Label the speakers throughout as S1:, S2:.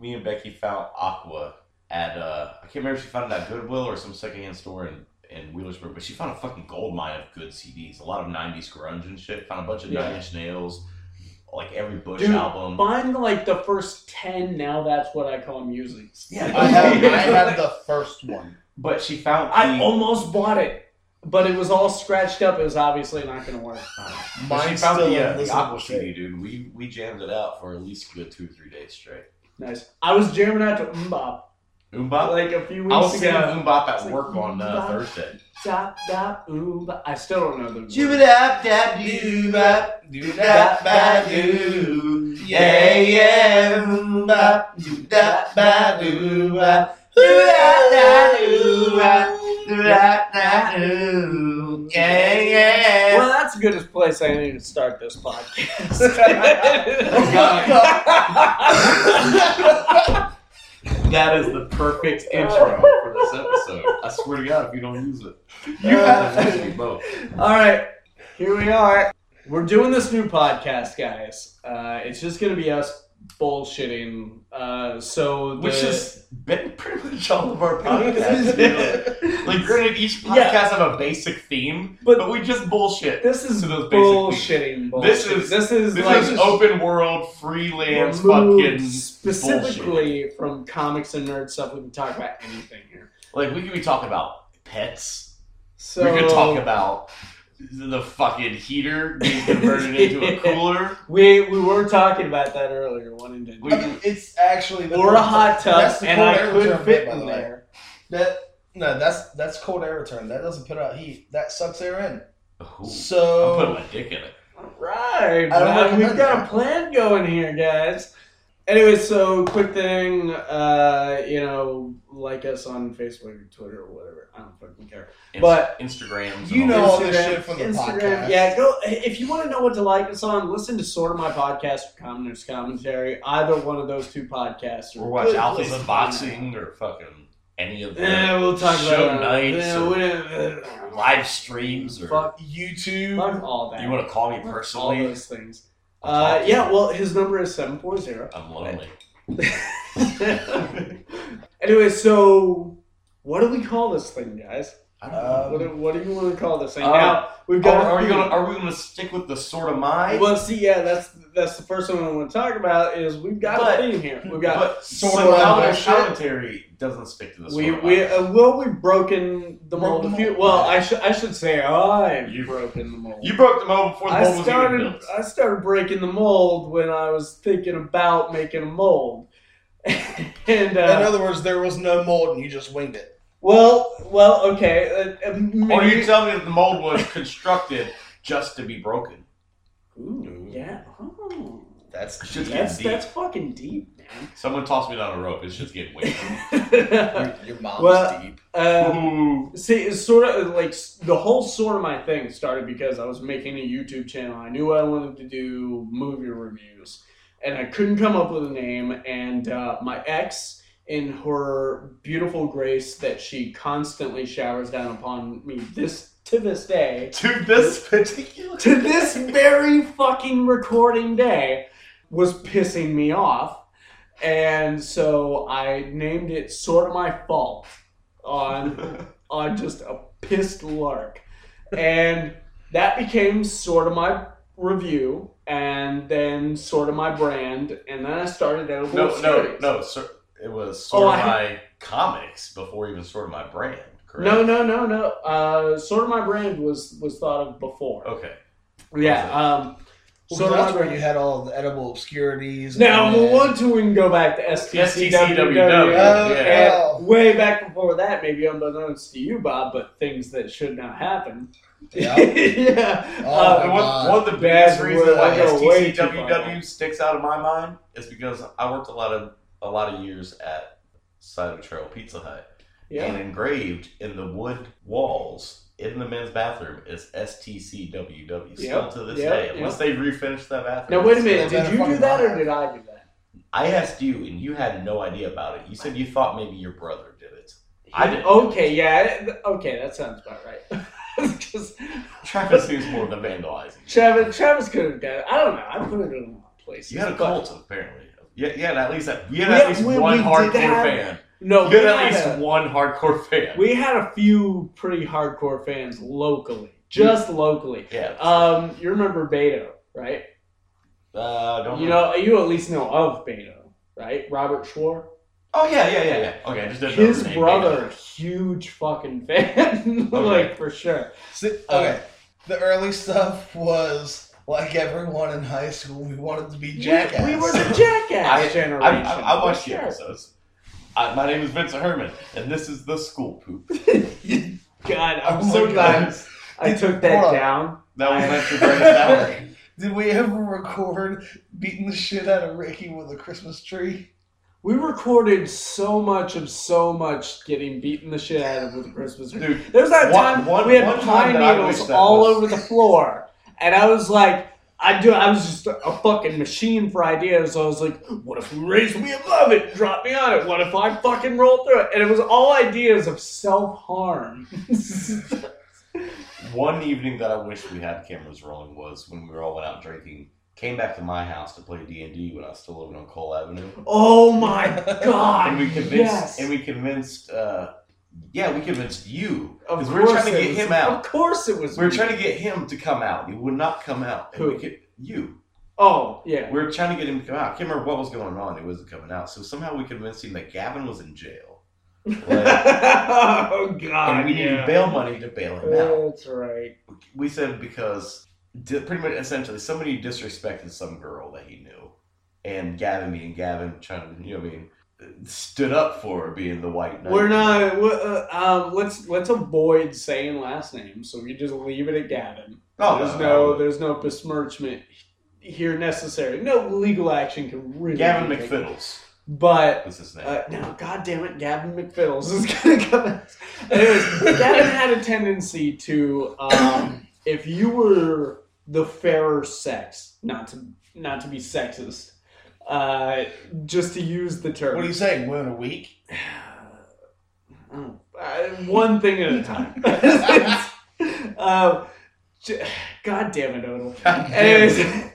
S1: me and Becky found Aqua at uh, I can't remember if she found it at Goodwill or some secondhand store in in Wheelersburg, but she found a fucking gold mine of good CDs. A lot of '90s grunge and shit. Found a bunch of
S2: Yeah.
S1: Nine Inch Nails, like every Bush
S2: Dude,
S1: album.
S2: Find like the first ten. Now that's what I call music.
S1: yeah,
S3: I have, I have the first one.
S1: but she found
S2: I
S1: the-
S2: almost bought it, but it was all scratched up. It was obviously not going to work.
S1: uh, But she
S3: Mine's
S1: found
S3: still
S1: the, uh,
S3: in
S1: the
S3: listenable
S1: Aqua
S3: shape.
S1: CD, dude. We we jammed it out for at least a good two or three days straight.
S2: Nice. I was jamming out to Mbop
S1: Umbop.
S2: like a few weeks
S1: I was singing
S2: ago.
S1: Umbop
S2: It's
S1: at
S2: like,
S1: work on uh,
S2: Umbop.
S1: Thursday.
S2: Dop, dop, Mbop. I still don't know the words.
S1: dap dap doo bap doo
S2: dap, ba,
S1: doo yeah yeah bap doo
S2: dap, ba, doo,
S1: bap
S2: doo, dap, da, doo, bap,
S1: doo
S2: da, doo, yeah, Well, that's the goodest place I need to start this
S1: Oh,
S2: podcast.
S1: That is the perfect intro for this episode. I swear to God, if you don't use it, you have to both.
S2: All right, here we are. We're doing this new podcast, guys. Uh, it's just gonna be us bullshitting. Uh, so the,
S1: Which has been pretty much all of our podcasts. really. like,
S2: like,
S1: granted, each podcast
S2: Yeah.
S1: have a basic theme, but,
S2: but
S1: we just bullshit.
S2: this is
S1: to those basic
S2: bullshitting. Bullshit.
S1: This is-
S2: this is
S1: This
S2: like
S1: is open world, freelance,
S2: removed
S1: fucking bullshit.
S2: specifically from comics and nerd stuff. We can talk about anything here.
S1: Like, we could be talking about pets.
S2: So
S1: we could talk about the fucking heater being converted into a cooler.
S2: we we were talking about that earlier. One and
S1: We-
S3: It's actually the
S2: or a hot tub,
S3: That's the
S2: and
S3: cold
S2: I
S3: air
S2: could
S3: return,
S2: fit
S3: by the
S2: in
S3: way.
S2: there.
S3: That no, that's that's cold air return. That doesn't put out heat. That sucks air in.
S1: Ooh, I'm putting
S3: So
S1: my dick in it.
S2: Right,
S3: I don't
S2: man, we've
S3: recommend
S2: got
S3: that.
S2: a plan going here, guys. Anyway, so quick thing, uh, you know, like us on Facebook or Twitter or whatever. I don't fucking care.
S1: Inst-
S2: But-
S1: Instagrams.
S3: You
S1: and all that.
S3: know all this shit from the podcast.
S2: Yeah, go if you want to know what to like us on. Listen to sort of my podcast, Commoners Commentary. Either one of those two podcasts.
S1: or watch Alpha's
S2: Please.
S1: Unboxing or fucking any of the
S2: Eh, we'll talk
S1: Show
S2: about it.
S1: nights
S2: Eh,
S1: or-
S2: whatever.
S1: live streams or
S2: Fuck,
S3: YouTube.
S2: fuck all that.
S1: you want to call me
S2: Fuck All
S1: personally?
S2: those things.
S1: I'll
S2: Uh,
S1: talk to
S2: yeah.
S1: you.
S2: Well, his number is seven four zero.
S1: I'm lonely.
S2: anyway, so what do we call this thing, guys?
S1: I don't know.
S2: What do, what do you want to call this thing?
S1: Um, Uh,
S2: now we've got.
S1: Are, are we gonna are we gonna stick with the sort of my
S2: Well, see, yeah, that's that's the first one I want to talk about. Is we've got
S1: But-
S2: a theme here. We've got
S1: but
S3: Sort
S1: sort
S3: of my
S1: of
S3: shit.
S1: commentary doesn't stick to the sort
S2: we
S1: of
S2: we
S1: my.
S2: uh, well we've broken the
S3: Broke
S2: mold.
S3: the
S2: A few,
S3: mold.
S2: well, I should I should say I've
S1: You-
S2: broken the mold.
S1: you broke the mold before the mold
S2: I
S1: was even
S2: started
S1: built.
S2: I started breaking the mold when I was thinking about making a mold, and uh,
S3: In other words, there was no mold and you just winged it.
S2: well well okay. Uh, uh,
S1: Or
S2: maybe-
S1: you tell me that the mold was constructed just to be broken.
S2: Ooh, yeah. Oh.
S3: That's
S1: Shit's getting
S2: That's
S1: deep.
S2: that's fucking deep,
S1: Someone tossed me down a rope. It's just getting way.
S2: man.
S3: your mom's
S2: Well-
S3: deep.
S2: uh,
S1: Ooh.
S2: see, it's sort of like s- the whole sort of my thing started because I was making a YouTube channel. I knew I wanted to do movie reviews, and I couldn't come up with a name. And uh, my ex, in her beautiful grace that she constantly showers down upon me this to this day,
S1: To this particular.
S2: to this very fucking recording day was pissing me off. And so I named it sort of my fault on on just a pissed lark. And that became sort of my review and then sort of my brand and then I started out
S1: No, no, no. Sir, it was sort
S2: Oh,
S1: of
S2: I-
S1: my comics before even sort of my brand. Correct.
S2: No, no, no, no. Uh, sort of my brand was was thought of before.
S1: Oh, Okay.
S2: Yeah. Um,
S3: So
S2: Sort of
S3: that's
S2: my
S3: where
S2: brand.
S3: you had all the edible obscurities.
S2: Now,
S3: and-
S2: we want to we can go back to
S1: STCWW.
S2: STCWW.
S3: Oh,
S1: Yeah.
S3: hell.
S2: Uh, And way back before that, maybe unbeknownst to you, Bob, but things that should not happen.
S3: Yeah.
S2: yeah.
S3: Oh,
S2: Uh,
S3: my
S1: And one,
S3: God.
S1: one of the
S2: That's
S1: biggest reasons
S2: where
S1: why
S2: I go way too
S1: STCWW sticks out of my mind is because I worked a lot of a lot of years at Side of Trail Pizza Hut,
S2: yeah.
S1: and engraved in the wood walls in the men's bathroom is STCWW still
S2: Yep,
S1: to this
S2: yep,
S1: day.
S2: yep.
S1: Unless they refinish that bathroom.
S2: Now, wait a
S1: it's
S2: minute.
S1: still-
S2: Did you do that or did I do that?
S1: I asked you, and you had no idea about it. You said you thought maybe your brother did it. I did.
S2: Okay, yeah. I- Okay, that sounds about right. 'Cause
S1: Travis seems more than vandalizing.
S2: Travis, Travis could have done it. I don't know. I put it in the wrong place.
S1: You had a cult, apparently. Yeah, yeah, and at least that, we had
S2: We-
S1: at least
S2: we-
S1: one
S2: we did
S1: hardcore
S2: have-
S1: fan.
S2: No,
S1: you
S2: we
S1: had at
S2: had
S1: least
S2: a-
S1: one hardcore fan.
S2: Oh, We had a few pretty hardcore fans locally, just
S1: Mm.
S2: locally.
S1: yeah.
S2: Um, you remember Beto, right?
S1: Uh, don't
S2: You know, you at least know of Beto, right? Robert Schwartz.
S1: Oh yeah, yeah, yeah, yeah. Okay, I just didn't know
S2: His
S1: name.
S2: brother, huge fucking fan, like for sure.
S3: See,
S2: Uh,
S3: okay, the early stuff was like everyone in high school. We wanted to be jackass.
S2: We, we were the jackass
S1: I-
S2: generation.
S1: I, I, I watched
S2: for
S1: the
S2: sure.
S1: episodes. I, my name is Vincent Herman, and this is the school poop.
S2: God, I'm
S3: Oh my
S2: so glad
S1: That
S2: I took that
S3: Hold on.
S2: down.
S1: was actually very sour.
S3: Did we ever record beating the shit out of Ricky with a Christmas tree?
S2: We recorded so much of so much getting beaten the shit out of with the Christmas tree.
S1: Dude,
S2: There was that
S1: One-
S2: time
S1: one-
S2: we had
S1: one time
S2: pine
S1: that I
S2: needles
S1: wish that
S2: all
S1: was-
S2: over the floor, and I was like, I do. I was just a fucking machine for ideas. I was like, what if we raise me above it, drop me on it? What if I fucking roll through it? And it was all ideas of self harm.
S1: one evening that I wish we had cameras rolling was when we were all went out drinking. Came back to my house to play D and D when I was still living on Cole Avenue,
S2: oh my god!
S1: and we convinced
S2: yes.
S1: and we convinced. Uh, yeah, we convinced you
S2: Of
S1: because we were
S2: course
S1: trying to
S2: it
S1: get
S2: was-
S1: him out.
S2: Of course it was.
S1: We were
S2: me.
S1: trying to get him to come out. He would not come out. And
S2: Who?
S1: we could- you.
S2: Oh yeah.
S1: We were trying to get him to come out. I can't remember what was going on. It wasn't coming out. So somehow we convinced him that Gavin was in jail. Like,
S2: oh god!
S1: and we needed
S2: yeah. Oh.
S1: bail money to bail him out.
S2: That's right.
S1: We said because di- pretty much essentially somebody disrespected some girl that he knew. And Gavin, being Gavin, trying to, you know what I mean, stood up for her being the white knight.
S2: We're not. we uh, um, let's let's avoid saying last names, so we just leave it at Gavin.
S1: Oh,
S2: there's
S1: no.
S2: no, there's no besmirchment here necessary. No legal action can really.
S1: Gavin
S2: be taken.
S1: McFiddles
S2: But
S1: was his name.
S2: uh, now, God damn it, Gavin McFiddles is gonna come. Anyways, Gavin had a tendency to, um, if you were the fairer sex, not to not to be sexist, uh, just to use the term.
S3: What do you say? Women are weak.
S2: Oh, uh, one thing at a time. uh, j- God damn it, Odell.
S1: God damn it.
S2: Anyways,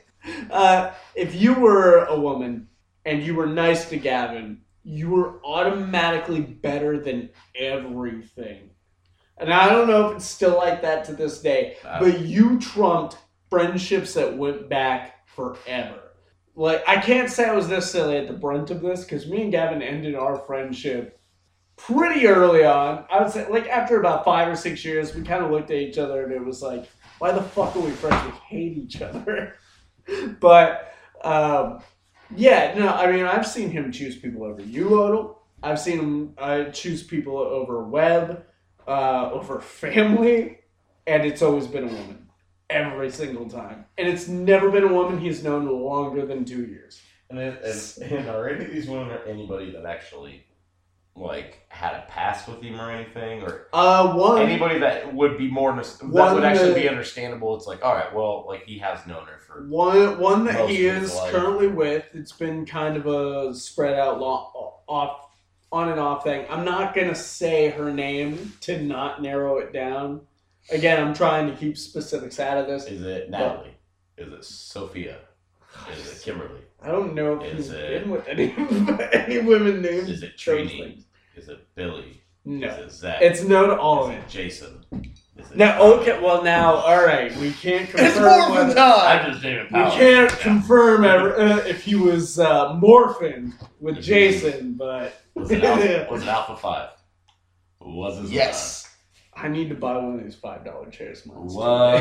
S2: uh, if you were a woman and you were nice to Gavin, you were automatically better than everything. And I don't know if it's still like that to this day,
S1: Uh,
S2: but you trumped friendships that went back forever. Like, I can't say I was necessarily at the brunt of this because me and Gavin ended our friendship pretty early on. I would say, like, after about five or six years, we kind of looked at each other and it was like, why the fuck are we friends? We hate each other. but um, yeah, no, I mean, I've seen him choose people over you, Odell. I've seen him uh, choose people over Webb, uh, over family, and it's always been a woman every single time. And it's never been a woman he's known longer than two years.
S1: And, it, and, and are any of these women or anybody that actually like had a pass with him or anything, or
S2: Uh, one.
S1: anybody that would be more underst- that
S2: One
S1: would actually be
S2: that- understandable,
S1: understandable? It's like, all right, well, like he has known her for
S2: One, one that
S1: Most
S2: he
S1: of his
S2: is
S1: life.
S2: currently with. It's been kind of a spread out, long, off, on and off thing. I'm not gonna say her name to not narrow it down. Again, I'm trying to keep specifics out of this.
S1: is it Natalie? Is it Sophia? Is it Kimberly?
S2: I don't know if
S1: Is
S2: he's
S1: it-
S2: been with any any women named
S1: Is it
S2: those
S1: Trini?
S2: things.
S1: Is it Billy? Is
S2: No,
S1: it Zach?
S2: it's no to all
S1: is
S2: of
S1: it
S2: it.
S1: Jason? Is it
S2: Now, okay, well, now, all right, we can't confirm.
S3: It's more
S2: whether-
S3: of a time.
S1: I just named
S2: We
S1: Power.
S2: can't confirm ever, uh, if he was uh, morphing with Jason, but
S1: Was it Alpha, was it Alpha Five? Was it
S3: Yes.
S2: I need to buy one of these five dollar chairs. Mine's too
S1: Was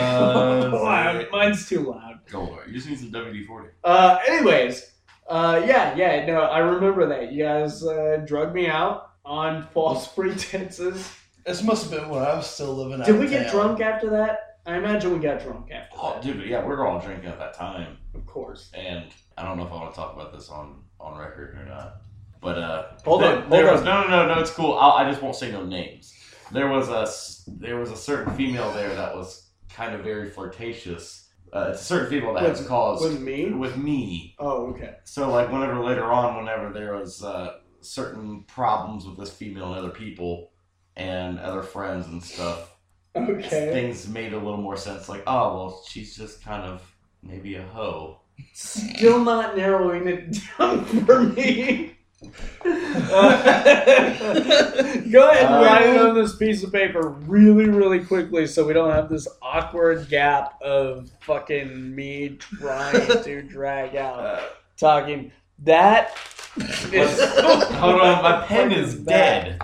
S2: loud.
S1: it-
S2: Mine's too loud.
S1: Don't worry, you just need some WD forty.
S2: Uh, anyways, uh, yeah, yeah, no, I remember that you guys uh, drug me out on false pretenses.
S3: This must have been when I was still living. out
S2: Did
S3: of
S2: we get
S3: town.
S2: drunk after that? I imagine we got drunk after
S1: Oh,
S2: that.
S1: dude, but yeah, we were all drinking at that time,
S2: Of course.
S1: and I don't know if I want to talk about this on on record or not. But uh,
S2: Hold
S1: there,
S2: on, hold
S1: there
S2: on.
S1: was no, no, no, no. It's cool. I'll, I just won't say no names. There was a s- there was a certain female there that was kind of very flirtatious. Uh, it's a certain female that
S2: With-
S1: has caused
S2: With me?
S1: with me
S2: Oh, okay.
S1: so like whenever later on whenever there was uh, certain problems with this female and other people and other friends and stuff
S2: Okay.
S1: things made a little more sense like oh well she's just kind of maybe a hoe
S2: Still not narrowing it down for me. Uh, go ahead and write it on this piece of paper really, really quickly so we don't have this awkward gap of fucking me trying to drag out
S4: Uh,
S2: talking. That is.
S1: Hold on, my pen is dead.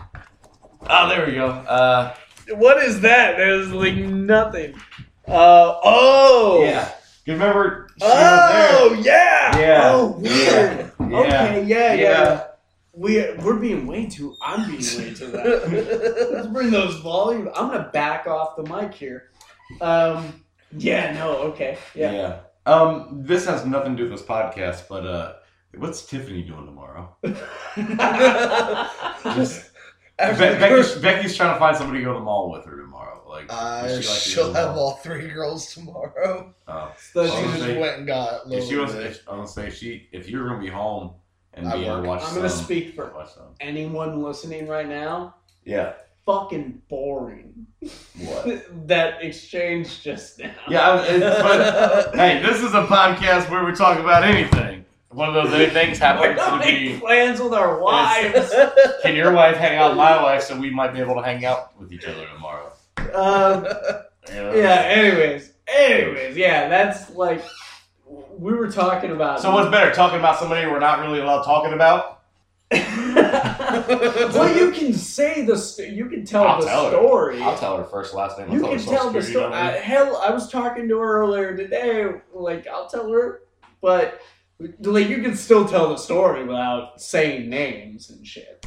S1: Oh, there we go. Uh,
S2: What is that? There's like nothing. Uh, oh!
S1: yeah. You remember? She
S2: Oh yeah.
S1: Yeah.
S2: Oh weird.
S1: was there. Yeah.
S2: Okay. Yeah.
S1: Yeah.
S2: Yeah. yeah. We we're being way too. I'm being way too loud. Let's bring those volume. I'm gonna back off the mic here. Um. Yeah. No. Okay. Yeah.
S1: yeah. Um, this has nothing to do with this podcast, but uh, what's Tiffany doing tomorrow? Just Be-
S3: After the
S1: Becky's,
S3: first-
S1: Becky's trying to find somebody to go to the mall with her tomorrow. Like,
S3: Uh,
S1: does she like to go
S3: she'll
S1: to the
S3: have
S1: mall?
S3: all three girls tomorrow.
S1: Oh.
S2: So
S3: she
S1: Honestly,
S3: just went and got.
S1: If she
S3: loaded.
S1: was, if, I'm gonna say she. If you were gonna be home and
S3: I
S1: be able to
S3: work.
S1: watch,
S2: I'm gonna
S1: some-
S2: speak for
S1: watch some.
S2: anyone listening right now.
S4: yeah.
S2: Fucking boring.
S4: What?
S2: that exchange just now.
S1: Yeah, I, it's- but hey, this is a podcast where we talk about anything. One of those anythings
S2: We're
S1: happens
S2: not
S1: to
S2: making
S1: be.
S2: plans with our wives.
S1: Can your wife hang out with my wife so we might be able to hang out with each other tomorrow?
S2: um,
S1: You know?
S2: Yeah. Anyways, anyways, yeah. That's like we were talking about.
S1: So what's better, talking about somebody we're not really allowed talking about?
S2: well, you can say the st- you can tell
S1: I'll
S2: the
S1: tell her.
S2: story.
S1: I'll tell her first, last name. I'll
S2: you
S1: tell her
S2: can
S1: social
S2: tell the
S1: security
S2: story.
S1: number.
S2: hell, I was talking to her earlier today. Like I'll tell her, but like you can still tell the story without saying names and shit.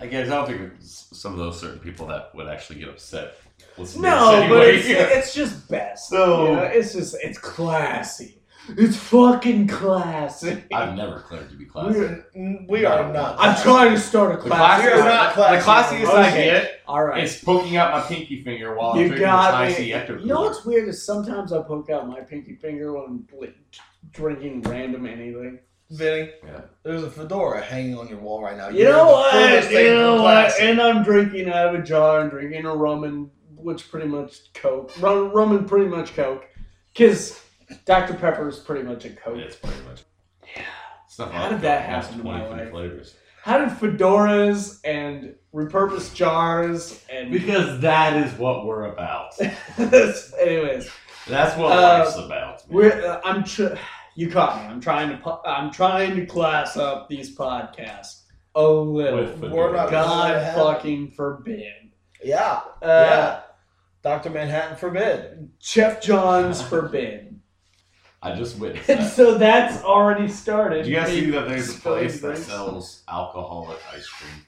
S1: I guess I don't think it's some of those certain people that would actually get upset. listening to this
S2: No, but
S1: anyway.
S2: it's, it's just best.
S1: So-
S2: you know? it's just it's classy. It's fucking classy.
S1: I've never claimed to be classy.
S3: we are, Mm, we are not.
S2: I'm trying to start a
S1: The
S2: class.
S1: classiest,
S3: We are not
S1: the
S3: classy.
S1: classiest I
S2: Okay.
S1: get
S2: All right.
S1: is poking out my pinky finger while
S2: You
S1: I'm drinking
S2: got
S1: this
S2: me.
S1: icy ecto
S2: You know what's weird is sometimes I poke out my pinky finger when I'm like, drinking random anything.
S3: Vinny,
S1: Yeah.
S3: there's a fedora hanging on your wall right now.
S2: You
S3: You're
S2: know
S3: the
S2: what?
S3: furthest
S2: You
S3: thing from
S2: know what?
S3: class.
S2: And I'm drinking out of a jar and drinking a rum and which pretty much Coke. Rum, rum and pretty much Coke, because Dr Pepper is pretty much a Coke.
S1: It's pretty much. Yeah.
S2: How did that happen to my life?
S1: Flavors.
S2: How did fedoras and repurposed jars and
S1: Because that is what we're about.
S2: anyways?
S1: That's what
S2: Uh,
S1: life's about. man.
S2: We're, uh, I'm tr- you caught me. I'm trying to pu- I'm trying to class up these podcasts a little.
S1: With
S3: We're not-
S1: fedoras.
S2: God
S3: Yeah.
S2: fucking forbid.
S3: Yeah,
S2: Uh,
S3: yeah. Doctor Manhattan forbid.
S2: Jeff Johns forbid.
S1: I just witnessed
S2: And
S1: that.
S2: so that's already started.
S1: Do you guys
S2: Me
S1: see that there's a
S2: spilling
S1: place that
S2: drinks.
S1: sells alcoholic ice cream?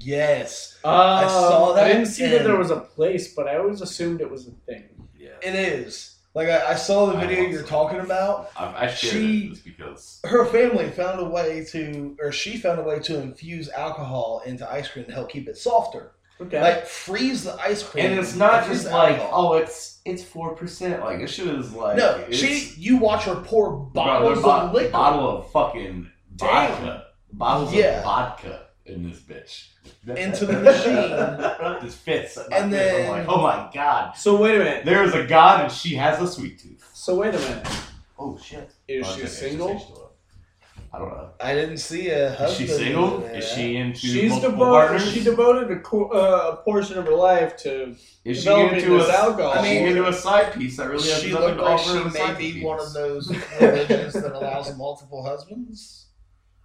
S3: Yes,
S2: Um,
S3: I saw that
S2: I didn't see that
S3: and-
S2: there was a place, but I always assumed it was a thing.
S1: Yeah.
S3: it is. Like I, I saw the
S1: I
S3: video
S1: want
S3: you're
S1: some.
S3: talking about.
S1: I, I shared
S3: She-
S1: it just because.
S3: Her family found a way to, or she found a way to infuse alcohol into ice cream to help keep it softer.
S2: Okay.
S3: Like freeze the ice cream,
S1: And it's not
S3: freeze
S1: just
S3: the
S1: like,
S3: alcohol.
S1: oh, it's it's four percent. Like this shit is like
S3: no,
S1: it's-
S3: she. You watch her pour
S1: bro,
S3: bottles
S1: there's a
S3: of liquor.
S1: bottle of fucking
S3: Damn.
S1: vodka, bottles
S3: Yeah.
S1: of vodka in this bitch
S3: Into the machine.
S1: this fits. in my
S3: And
S1: face.
S3: then-
S1: I'm like, oh my god,
S2: so wait a minute.
S1: there is a god and she has a sweet tooth.
S2: So wait a minute.
S1: Oh shit,
S2: Is
S1: Oh,
S2: she
S1: it's okay,
S2: single?
S1: it's just H2O. I don't know.
S3: I didn't see a
S1: Is she
S3: husband.
S1: single?
S3: in
S1: Is
S3: there.
S1: she into
S2: She's
S1: multiple
S2: devoted.
S1: partners?
S2: She devoted a, co- uh, a portion of her life to
S1: is she
S2: developing
S1: into
S2: this
S1: a
S2: alcohol.
S1: I mean,
S3: I mean,
S1: into a side piece that really has
S3: she
S1: nothing
S3: looked
S1: to
S3: like
S1: offer
S3: she
S1: in a
S3: may
S1: side
S3: be
S1: piece.
S3: one of those religions that allows multiple husbands,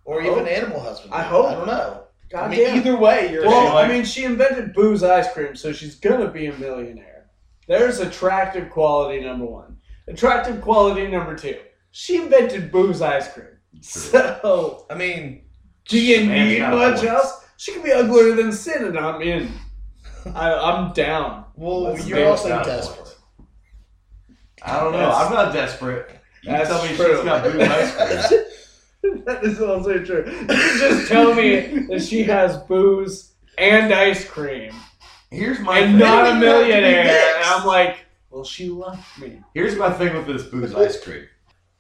S3: or
S2: I
S3: even
S2: hope.
S3: animal husbands.
S2: I hope.
S3: I don't know. I
S2: God
S3: mean,
S2: damn.
S3: either way, you're.
S1: Does she
S2: Well, I
S1: like-
S2: mean, she invented booze ice cream, so she's gonna be a millionaire. There's attractive quality number one. Attractive quality number two. She invented booze ice cream. So,
S3: I mean,
S2: do you
S1: Man's
S2: need
S1: got a
S2: much
S1: point.
S2: else? She could be uglier than sin, and I'm in. I, I'm down.
S3: well,
S1: That's
S3: Oh, you're
S1: David's
S3: also
S1: not a
S3: desperate.
S1: point. I don't know. I'm not desperate. You
S2: That's
S1: tell me
S2: true.
S1: she's got blue ice cream.
S2: That is also true. You just tell me that she has booze and ice cream
S1: Here's my
S2: and
S1: thing.
S2: not a
S3: Maybe not to be
S2: millionaire. And
S3: mixed.
S2: I'm like, well, she left me.
S1: Here's my thing with this booze ice cream.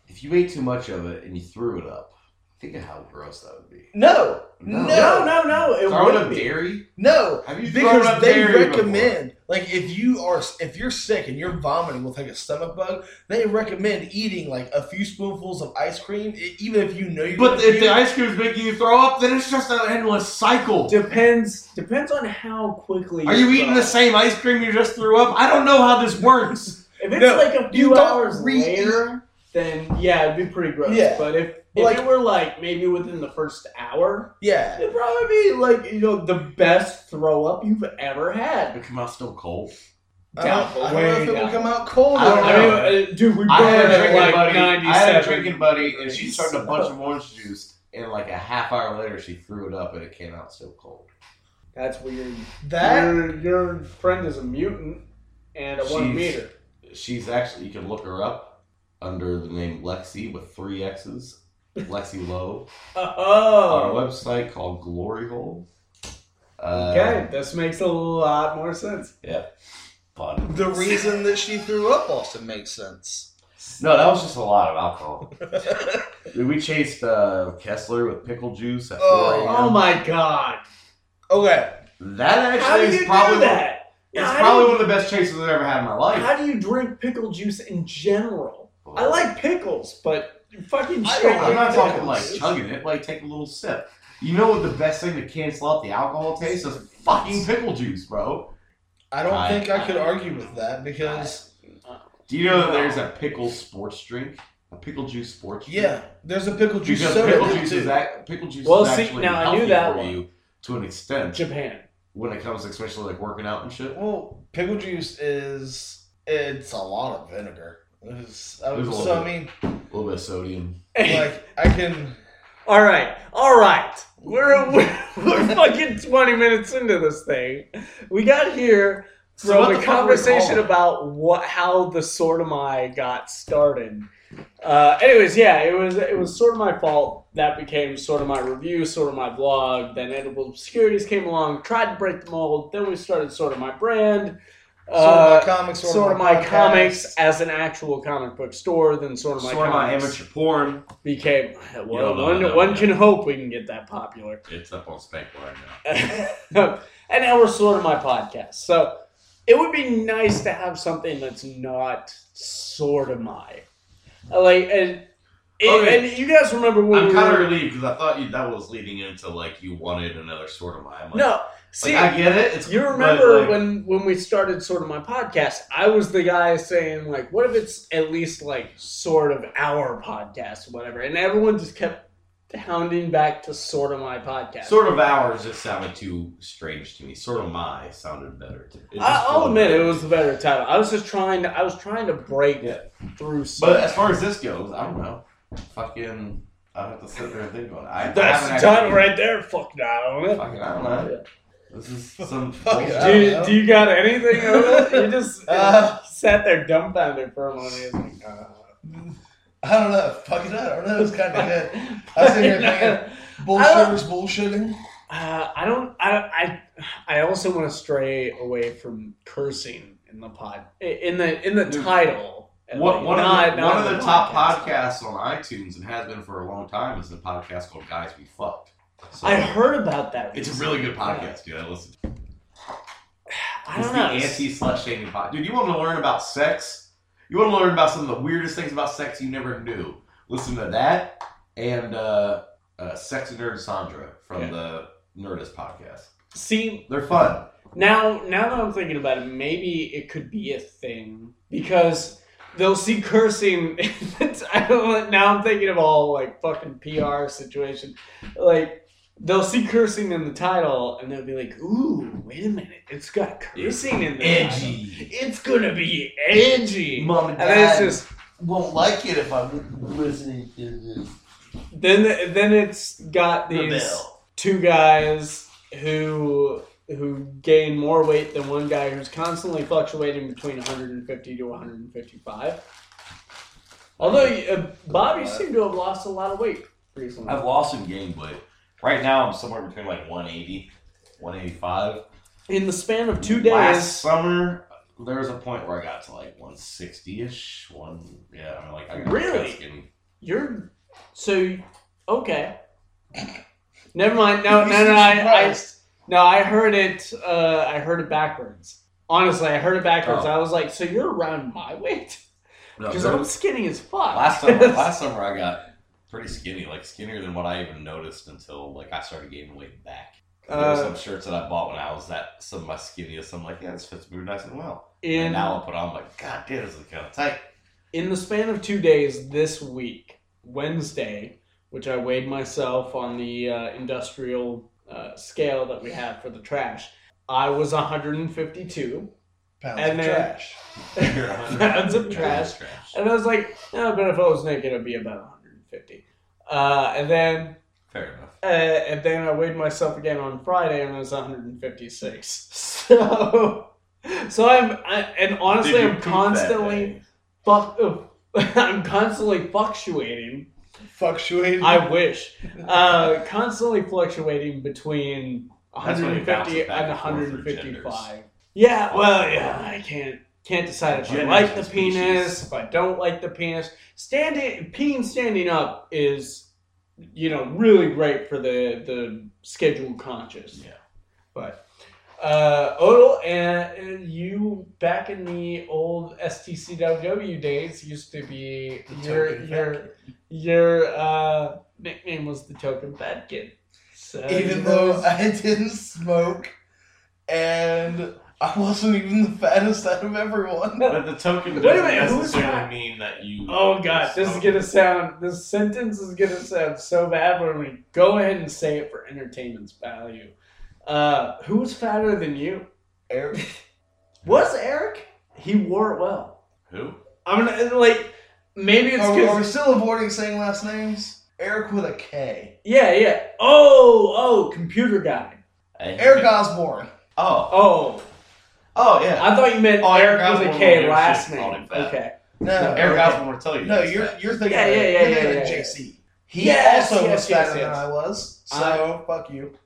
S1: If you ate too much of it and you threw it up, think of how gross that would be.
S3: No,
S1: No.
S3: no,
S2: No,
S3: no,
S2: no, no. It
S1: Throwing
S2: would
S1: up
S2: be.
S1: dairy?
S3: no.
S1: Have you thrown
S3: Because
S1: up
S3: they
S1: dairy before?
S3: recommend, Like if you are if you're sick and you're vomiting with like a stomach bug, they recommend eating like a few spoonfuls of ice cream, e- even if you know you.
S1: But if the ice cream is making you throw up, then it's just an endless cycle.
S2: Depends depends on how quickly.
S1: Are you eating the
S2: go.
S1: same ice cream you just threw up? I don't know how this works.
S2: If it's
S3: No,
S2: like a
S3: you
S2: few
S3: don't
S2: hours
S3: re-eat.
S2: later, then yeah, it'd be pretty gross.
S3: Yeah.
S2: But if, if
S3: Like-
S2: it were like maybe within the first hour,
S3: yeah,
S2: it'd probably be like you know the best throw up you've ever had.
S1: It come out still cold.
S3: I don't,
S2: Doubtful,
S3: I don't know
S2: way
S3: if it will
S2: doubtful.
S3: come out cold.
S1: I
S3: or
S1: don't
S3: not.
S2: I mean, uh, dude, we
S1: I had
S2: burned
S1: a
S2: it
S1: drinking
S2: like
S1: buddy.
S2: ninety-seven.
S1: I had a drinking buddy, and she
S2: degrees.
S1: started a bunch of orange juice, and like a half hour later, she threw it up, and it came out still cold.
S2: That's weird.
S3: that
S2: your, your friend is a mutant and a
S1: She's-
S2: one meter.
S1: She's actually you can look her up under the name Lexi with three X's, Lexi Lowe, on a
S2: Oh,
S1: website called Glory Hole. Uh,
S2: okay. This makes a lot more sense.
S1: Fun.
S3: the reason that she threw up also makes sense.
S1: No, that was just a lot of alcohol. Dude, we chased uh, Kessler with pickle juice at
S3: Oh.
S1: 4 a.m.
S2: Oh my god!
S3: Okay,
S1: That
S2: How do
S1: actually
S2: you
S1: is probably
S2: do that?
S1: it's
S2: How do
S1: probably
S2: you-
S1: one of the best chases I've ever had in my life.
S2: How do you drink pickle juice in general? I like pickles, but you fucking
S3: I
S2: shit.
S3: don't-
S1: I'm not
S2: pickles.
S1: talking like chugging it. Like take a little sip. You know what the best thing to cancel out the alcohol taste is? Fucking pickle juice, bro.
S3: I don't
S1: I-
S3: think I could argue with that because
S1: Do you know that there's a pickle sports drink? A pickle juice sports drink?
S3: yeah, there's a pickle juice
S1: because
S3: soda.
S1: pickle
S3: in it,
S1: juice is
S3: too.
S1: ac- pickle juice
S2: Well,
S1: is
S2: see,
S1: actually
S2: now I
S1: healthy
S2: knew that
S1: for
S2: one.
S1: you to an extent
S2: Japan.
S1: when it comes especially like working out and shit.
S3: Well, pickle juice is it's a lot of vinegar. It's- I
S1: There's a lot
S3: so
S1: of
S3: I mean,
S1: A little bit of sodium.
S3: like I can.
S2: all right, all right. We're, we're we're fucking twenty minutes into this thing. We got here
S1: So what
S2: from
S1: the
S2: a
S1: fuck are we
S2: conversation
S1: calling it?
S2: about what how the sword of my got started. Uh, anyways, yeah, it was it was sort of my fault. That became sort of my review, sort of my vlog. Then Edible Obscurities came along, tried to break the mold. Then we started sort of my brand.
S3: Sort
S2: uh,
S3: of my comics, sort,
S2: sort of my
S3: podcast.
S2: comics as an actual comic book store, then sort of Oh my
S1: Sort of my
S2: comics
S1: amateur porn.
S2: became. Well,
S1: don't know
S2: one,
S1: that,
S2: one
S1: yeah.
S2: can hope we can get that popular.
S1: It's up on Spank right now.
S2: and now we're sort of my podcast. So it would be nice to have something that's not sort of my like and.
S1: Okay.
S2: And you guys remember when
S1: I'm
S2: we
S1: kind
S2: were-
S1: of relieved because I thought you, that was leading into like you wanted another sort of mine. Like, like,
S2: no see
S1: I get it. It's,
S2: You
S1: but,
S2: remember
S1: like,
S2: when when we started sort of my podcast, I was the guy saying like, "What if it's at least like sort of our podcast, whatever?" And everyone just kept hounding back to sort of my podcast.
S1: sort of ours just sounded too strange to me. Sort of my sounded better. To me. It just
S2: I, I'll
S1: flowed
S2: admit it
S1: better.
S2: was the better title. I was just trying to I was trying to break
S1: Yeah.
S2: through.
S1: But as far as this goes, I don't know. Fucking, I have to sit there and think about it. I, I
S2: that's
S1: haven't
S2: done
S1: actually-
S2: right there. Fuck that. I don't know.
S1: Fucking, I don't know. This is some.
S3: Fuck it, I
S2: Do
S3: don't
S2: you,
S3: know.
S2: do you got anything? Oda? you just
S3: Uh,
S2: sat there dumbfounded for a moment. It's like, uh,
S3: I don't know. Fuck it, I don't know. It's kind of good. I was thinking, man,
S2: don't-
S3: Bullshitters bullshitting.
S2: Uh, I don't. I, I. I also want to stray away from cursing in the pod in the in the
S1: Dude.
S2: title.
S1: One,
S2: Like,
S1: one
S2: not-
S1: of the,
S2: not
S1: one of
S2: in
S1: the top
S2: podcast.
S1: podcasts on iTunes and has been for a long time is the podcast called Guys We Fucked. So,
S2: I heard about that.
S1: It's a
S2: recently.
S1: really good podcast, dude. I listen. to it.
S2: I
S1: It's
S2: don't
S1: the
S2: know.
S1: anti slut shaming podcast, dude. You want to learn about sex? You want to learn about some of the weirdest things about sex you never knew? Listen to that and uh, uh, Sex Nerd Sandra from
S2: Yeah.
S1: the Nerdist podcast.
S2: See
S1: They're fun.
S2: now, now that I'm thinking about it, maybe it could be a thing because they'll see cursing. in the title. now I'm thinking of all like fucking PR situation, like. They'll see cursing in the title, and they'll be like, "Ooh, wait a minute! It's got cursing in the title." It's gonna be edgy.
S1: Mom
S2: And then it's just
S1: won't like it if I'm listening to this.
S2: then then it's got these two guys who who gain more weight than one guy who's constantly fluctuating between 150 to 155. Although uh, Bob, you seem to have lost a lot of weight recently.
S1: I've lost some game weight. Right now, I'm somewhere between like 180, 185.
S2: In the span of two days,
S1: Last summer, there was a point where I got to like 160 ish. One, yeah, I'm like, I got
S2: Really?
S1: Skinny.
S2: you're so okay. Never mind. No,
S3: You
S2: no,
S3: seem
S2: no. I, I
S3: surprised.
S2: no. I heard it. Uh, I heard it backwards. Honestly, I heard it backwards.
S1: Oh.
S2: I was like, so you're around my weight?
S1: No,
S2: Because
S1: there-
S2: I'm skinny as fuck.
S1: last summer, last summer I got pretty skinny, like skinnier than what I even noticed until like I started gaining weight back. There were
S2: Uh,
S1: some shirts that I bought when I was that some of my skinniest. I'm like, yeah, this fits me nice and well.
S2: in,
S1: and now I put on, I'm like, God damn, this is kind of tight.
S2: in the span of two days this week, Wednesday, which I weighed myself on the uh, industrial uh, scale that we have for the trash, I was 152
S3: Pounds
S2: And
S3: of
S2: then-
S3: trash.
S1: You're a hundred-
S2: pounds of
S1: you're
S2: trash.
S1: a trash.
S2: And I was like, no, but if I was naked, it'd be about 150. Uh, and then,
S1: Fair enough.
S2: uh, and then I weighed myself again on Friday, and I was 156. So, so I'm, I, and honestly,
S4: Did you
S2: I'm
S4: poop that
S2: constantly,
S4: day?
S2: fuck, I'm constantly fluctuating.
S3: Fluctuating.
S2: I wish, uh, constantly fluctuating between
S1: That's when you
S2: 150
S1: bounce it back
S2: and
S1: and forth through
S2: 155. Yeah, well, yeah, I can't can't decide if I
S4: Genders
S2: like the
S4: and
S2: penis,
S4: species.
S2: if I don't like the penis. Standing, peeing standing up is, you know, really great for the the scheduled conscious.
S1: Yeah.
S2: But uh, Odell and and you back in the old STCW days used to be
S3: The
S2: your
S3: token
S2: your
S3: fat
S2: your uh, nickname was the token fat kid. So
S3: kid. Even though I didn't smoke, and I wasn't even the fattest out of everyone.
S4: But the token
S2: Wait a
S4: doesn't
S2: minute, who's that?
S4: necessarily mean that you.
S2: oh god, this is gonna sound this sentence is gonna sound so bad when we go ahead and say it for entertainment's value. Uh, who's fatter than you?
S3: Eric,
S2: Was Eric? He wore it well.
S4: Who?
S2: I'm gonna like maybe it's
S3: are, are we
S2: because
S3: still avoiding saying last names? Eric with a K.
S2: yeah yeah oh oh computer guy
S1: Hey.
S3: Eric Osborne.
S1: Oh,
S2: oh
S1: oh yeah.
S2: I thought you meant
S1: Oh,
S2: Eric
S1: Eric
S2: with a
S1: Osborne
S2: K
S1: won't
S2: last
S1: give a shit about
S2: name
S1: him, fat.
S2: okay
S3: No,
S1: Eric
S3: okay.
S1: Osborne will tell you.
S3: No,
S1: this.
S3: you're you're thinking
S2: Yeah,
S3: of,
S2: yeah, yeah,
S3: you're thinking
S2: yeah,
S3: of
S2: yeah,
S3: JC. He
S2: Yes,
S3: also
S2: yes,
S3: was fatter
S2: yes,
S3: than
S2: yes.
S3: I was. So fuck you,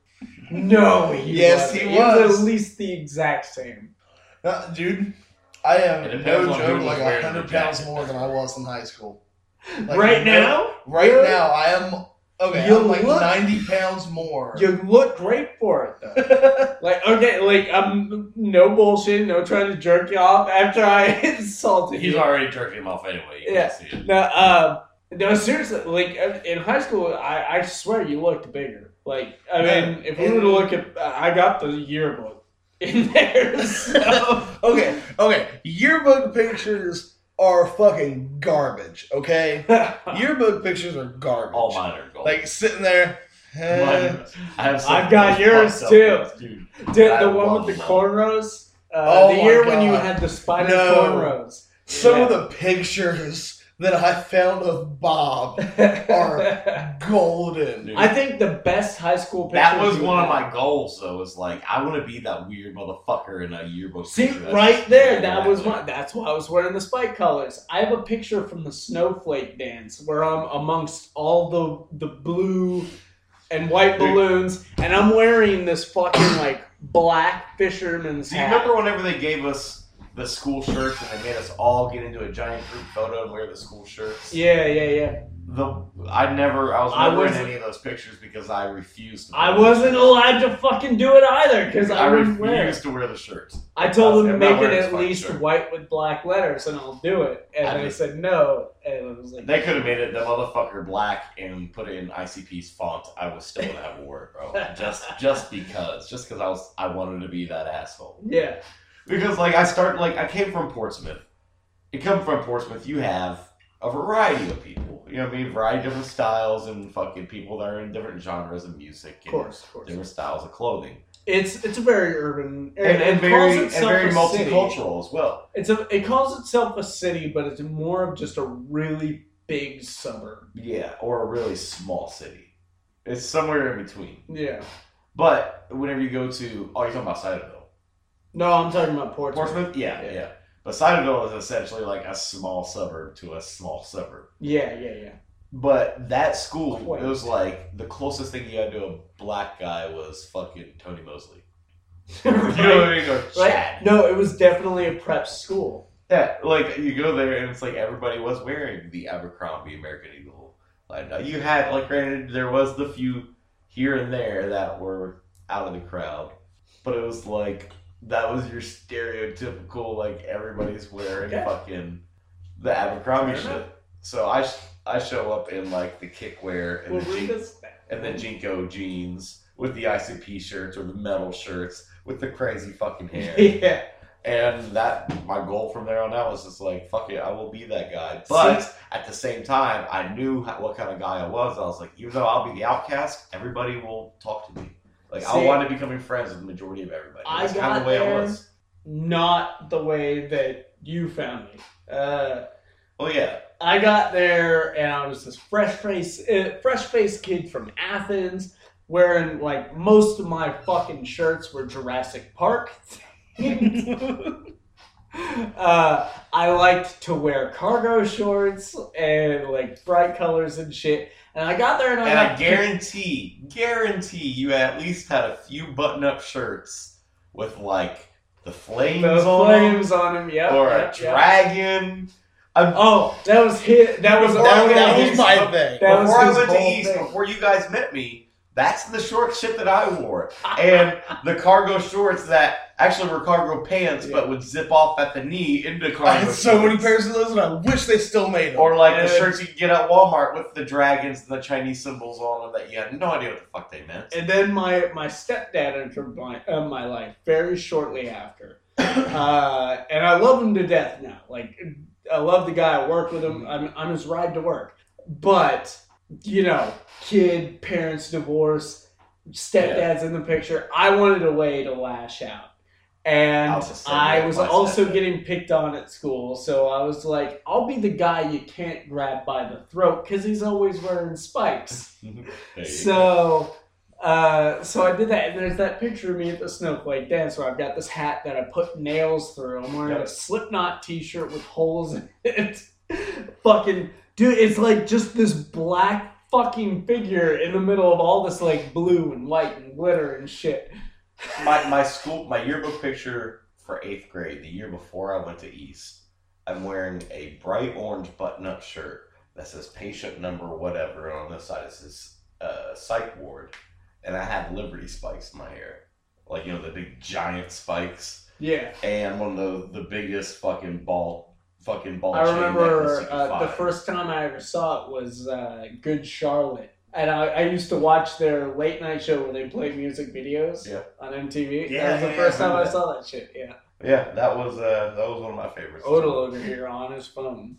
S2: No, he
S3: Yes,
S2: wasn't.
S3: he was.
S2: at least the exact same.
S3: Uh, dude. I
S4: It
S3: am no
S4: depends on who
S3: joke
S4: was
S3: like
S4: wearing the
S3: hundred pounds
S4: jacket.
S3: more than I was in high school. Like,
S2: right
S3: no-
S2: now,
S3: right
S2: Really?
S3: now I am okay.
S2: You
S3: I'm like
S2: look-
S3: ninety pounds more.
S2: you look great for it though. like okay, like um, no bullshit, no trying to jerk you off after I insulted
S1: He's
S2: you.
S1: already jerking him off anyway. You
S2: Yeah.
S1: can see it.
S2: No, uh, no, seriously, like uh, in high school, I, I swear you looked bigger. Like I
S3: Yeah.
S2: mean, if we were to look at, I got the yearbook in there. So.
S3: okay, okay. Yearbook pictures are fucking garbage. Okay, yearbook pictures are garbage.
S4: Oh
S1: All mine are gold.
S3: Like sitting there.
S1: uh,
S3: eh,
S4: Mine- I have some
S2: I've got
S4: fucked
S2: yours,
S4: up
S2: too.
S4: ones, dude.
S2: Did
S4: I
S2: the one
S4: love
S2: with the
S4: them.
S2: cornrows? Uh,
S3: Oh
S2: the
S3: my
S2: year when you
S3: God.
S2: had the spider
S3: No.
S2: cornrows.
S3: Some of the pictures that I found of Bob are golden.
S1: Dude,
S2: I think the best high school picture.
S1: that was one of my goals, though. Is like I want to be that weird motherfucker in a yearbook.
S2: See
S1: picture. That's
S2: right there, that
S1: exactly-
S2: was one. That's why I was wearing the spike colors. I have a picture from the snowflake dance where I'm amongst all the the blue and white
S1: Dude.
S2: balloons, and I'm wearing this fucking like black fisherman's
S1: Do you
S2: hat.
S1: remember whenever they gave us the school shirts and they made us all get into a giant group photo and wear the school shirts?
S2: Yeah, yeah, yeah.
S1: The I never I was
S2: I
S1: never in
S2: wasn't-
S1: any of those pictures because I refused. To
S2: I
S1: wear the
S2: wasn't
S1: shirts.
S2: allowed to fucking do it either because I,
S1: I
S2: wouldn't
S1: refused
S2: wear. it.
S1: to wear the shirts.
S2: I told them to
S1: I'm not
S2: make it
S1: wearing
S2: at
S1: this fucking
S2: least
S1: shirt.
S2: white with black letters, and I'll do it. And
S1: I
S2: they
S1: just-
S2: said no, and I was like,
S1: They could have made it the motherfucker black and put it in ICP's font. I was still gonna have war, bro. Just just because, just because I was I wanted to be that asshole.
S2: yeah,
S1: Because like I start like I came from Portsmouth. You come from Portsmouth, you have a variety of people. You know what I mean? Variety of different styles and fucking people that are in different genres of music
S2: of
S1: and
S2: course, of course.
S1: different styles of clothing.
S2: It's it's a very urban
S1: And, and,
S2: it
S1: very
S2: calls
S1: and
S2: itself
S1: very
S2: a city.
S1: multicultural as well.
S2: It's a it calls itself a city, but it's more of just a really big suburb.
S1: Yeah, or a really small city. It's somewhere in between.
S2: Yeah.
S1: But whenever you go to oh you're talking about Ciderville.
S2: No, I'm talking about Portsmouth.
S1: Portsmouth? Yeah,
S2: Yeah.
S1: yeah. But Ciderville is essentially like a small suburb to a small suburb.
S2: Yeah, yeah, yeah.
S1: But that school,
S2: Wait.
S1: it was like the closest thing you had to a black guy was fucking Tony Mosley. You know what
S2: right?
S1: I mean? Or
S2: right?
S1: Chad.
S2: No, it was definitely a prep school.
S1: Yeah, like you go there and it's like everybody was wearing the Abercrombie American Eagle. Like uh, you had, like, granted, there was the few here and there that were out of the crowd, but it was like that was your stereotypical like everybody's wearing
S3: Yeah.
S1: fucking the Abercrombie
S2: Fair enough.
S1: shit. So I sh- I show up in like the kickwear and
S2: Well,
S1: the jean-
S2: Rita's-
S1: and the Jinko jeans with the ICP shirts or the metal shirts with the crazy fucking hair.
S2: yeah.
S1: and that my goal from there on out was just like fuck it, I will be that guy. But at the same time, I knew how, what kind of guy I was. I was like, even though I'll be the outcast, everybody will talk to me. Like I
S2: See-
S1: wanted to becoming friends with the majority of everybody.
S2: I
S1: That's kind of
S2: got
S1: the way
S2: there-
S1: I was.
S2: Not the way that you found me. Uh,
S1: Oh yeah,
S2: I got there and I was this fresh face, uh, fresh face kid from Athens, wearing like most of my fucking shirts were Jurassic Park. uh, I liked to wear cargo shorts and like bright colors and shit. And I got there and I
S1: and I
S2: got
S1: guarantee, guarantee you at least had a few button-up shirts with like the flames
S2: the
S1: on 'em
S2: flames on him. Yep,
S1: or
S2: yep,
S1: a
S2: yep.
S1: dragon.
S2: Oh, that was his. That was
S1: That-
S2: all
S1: that
S2: his-
S3: was my thing.
S2: That was
S1: before I
S2: his
S1: went to
S2: whole
S1: East,
S2: thing.
S1: before you guys met me, that's the short shit that I wore, and the cargo shorts that actually were cargo pants
S2: Yeah.
S1: but would zip off at the knee into cargo.
S3: I had so many
S1: shorts.
S3: pairs of those, and I wish they still made them.
S1: Or like the
S2: And-
S1: shirts you could get at Walmart with the dragons and the Chinese symbols on them that you had no idea what the fuck they meant.
S2: And then my, my stepdad entered my, uh, my life very shortly after. Uh, and I love him to death now. Like, I love the guy. I work with him.
S1: Mm-hmm.
S2: I'm, I'm his ride to work. But, you know, kid, parents divorce, stepdad's in the picture. I wanted a way to lash out. And
S1: I
S2: I
S1: was the
S2: was,
S1: same way with my
S2: also
S1: stepdad.
S2: getting picked on at school. So I was like, I'll be the guy you can't grab by the throat because he's always wearing spikes.
S1: There you go.
S2: So, uh, so I did that, and there's that picture of me at the snowflake dance where I've got this hat that I put nails through. I'm wearing a
S1: Yep.
S2: Slipknot T-shirt with holes in it. fucking dude, it's like just this black fucking figure in the middle of all this like blue and white and glitter and shit.
S1: my my school my yearbook picture for eighth grade the year before I went to East. I'm wearing a bright orange button-up shirt that says patient number whatever, and on this side it says uh, psych ward, and I had Liberty spikes in my hair, like you know the big giant spikes,
S2: Yeah,
S1: and one of the the biggest fucking ball fucking ball.
S2: I
S1: chain necklace you
S2: remember
S1: could
S2: uh, the
S1: find.
S2: first time I ever saw it was uh, Good Charlotte. And I, I used to watch their late night show where they play music videos
S1: Yeah.
S2: on MTV.
S1: Yeah,
S2: that was the
S1: yeah,
S2: first
S1: yeah, I
S2: time I
S1: remember
S2: saw that shit. Yeah.
S1: Yeah, that was uh, that was one of my favorites.
S2: Odell over here on his phone.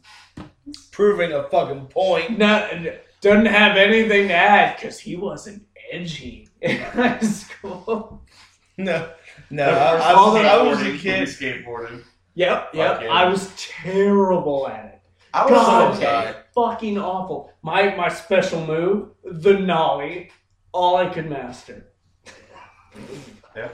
S3: Proving a fucking point.
S2: No, doesn't have anything to add because he wasn't edgy in high school.
S3: No, no.
S1: The
S3: I,
S1: first
S3: I was, I was
S1: skateboarding,
S3: a kid.
S1: skateboarding.
S2: Yep, yep.
S1: Fucking-
S2: I was terrible at it.
S1: I was
S2: God,
S1: okay.
S2: it was fucking awful. My my special move, the nollie, all I could master.
S1: Yeah.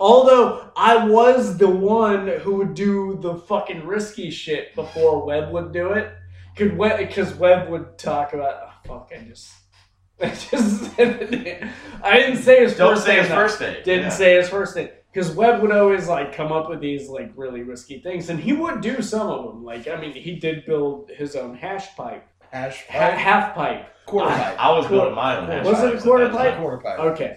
S2: Although I was the one who would do the fucking risky shit before Webb would do it, could because Webb would talk about oh, fuck. I just, I just, I didn't say his
S1: Don't
S2: first
S1: say
S2: name,
S1: his
S2: though.
S1: first name.
S2: Didn't
S1: Yeah.
S2: say his first name because Webb would always like come up with these like really risky things, and he would do some of them. Like I mean, he did build his own hash pipe,
S3: Hash
S2: ha-
S3: pipe,
S2: half pipe.
S3: quarter
S1: I,
S3: pipe,
S1: I was
S2: Quarter-
S1: building mine. on hash
S2: Was it a
S1: pipes at
S2: quarter
S1: that
S2: pipe?
S1: time.
S3: quarter pipe.
S2: Okay,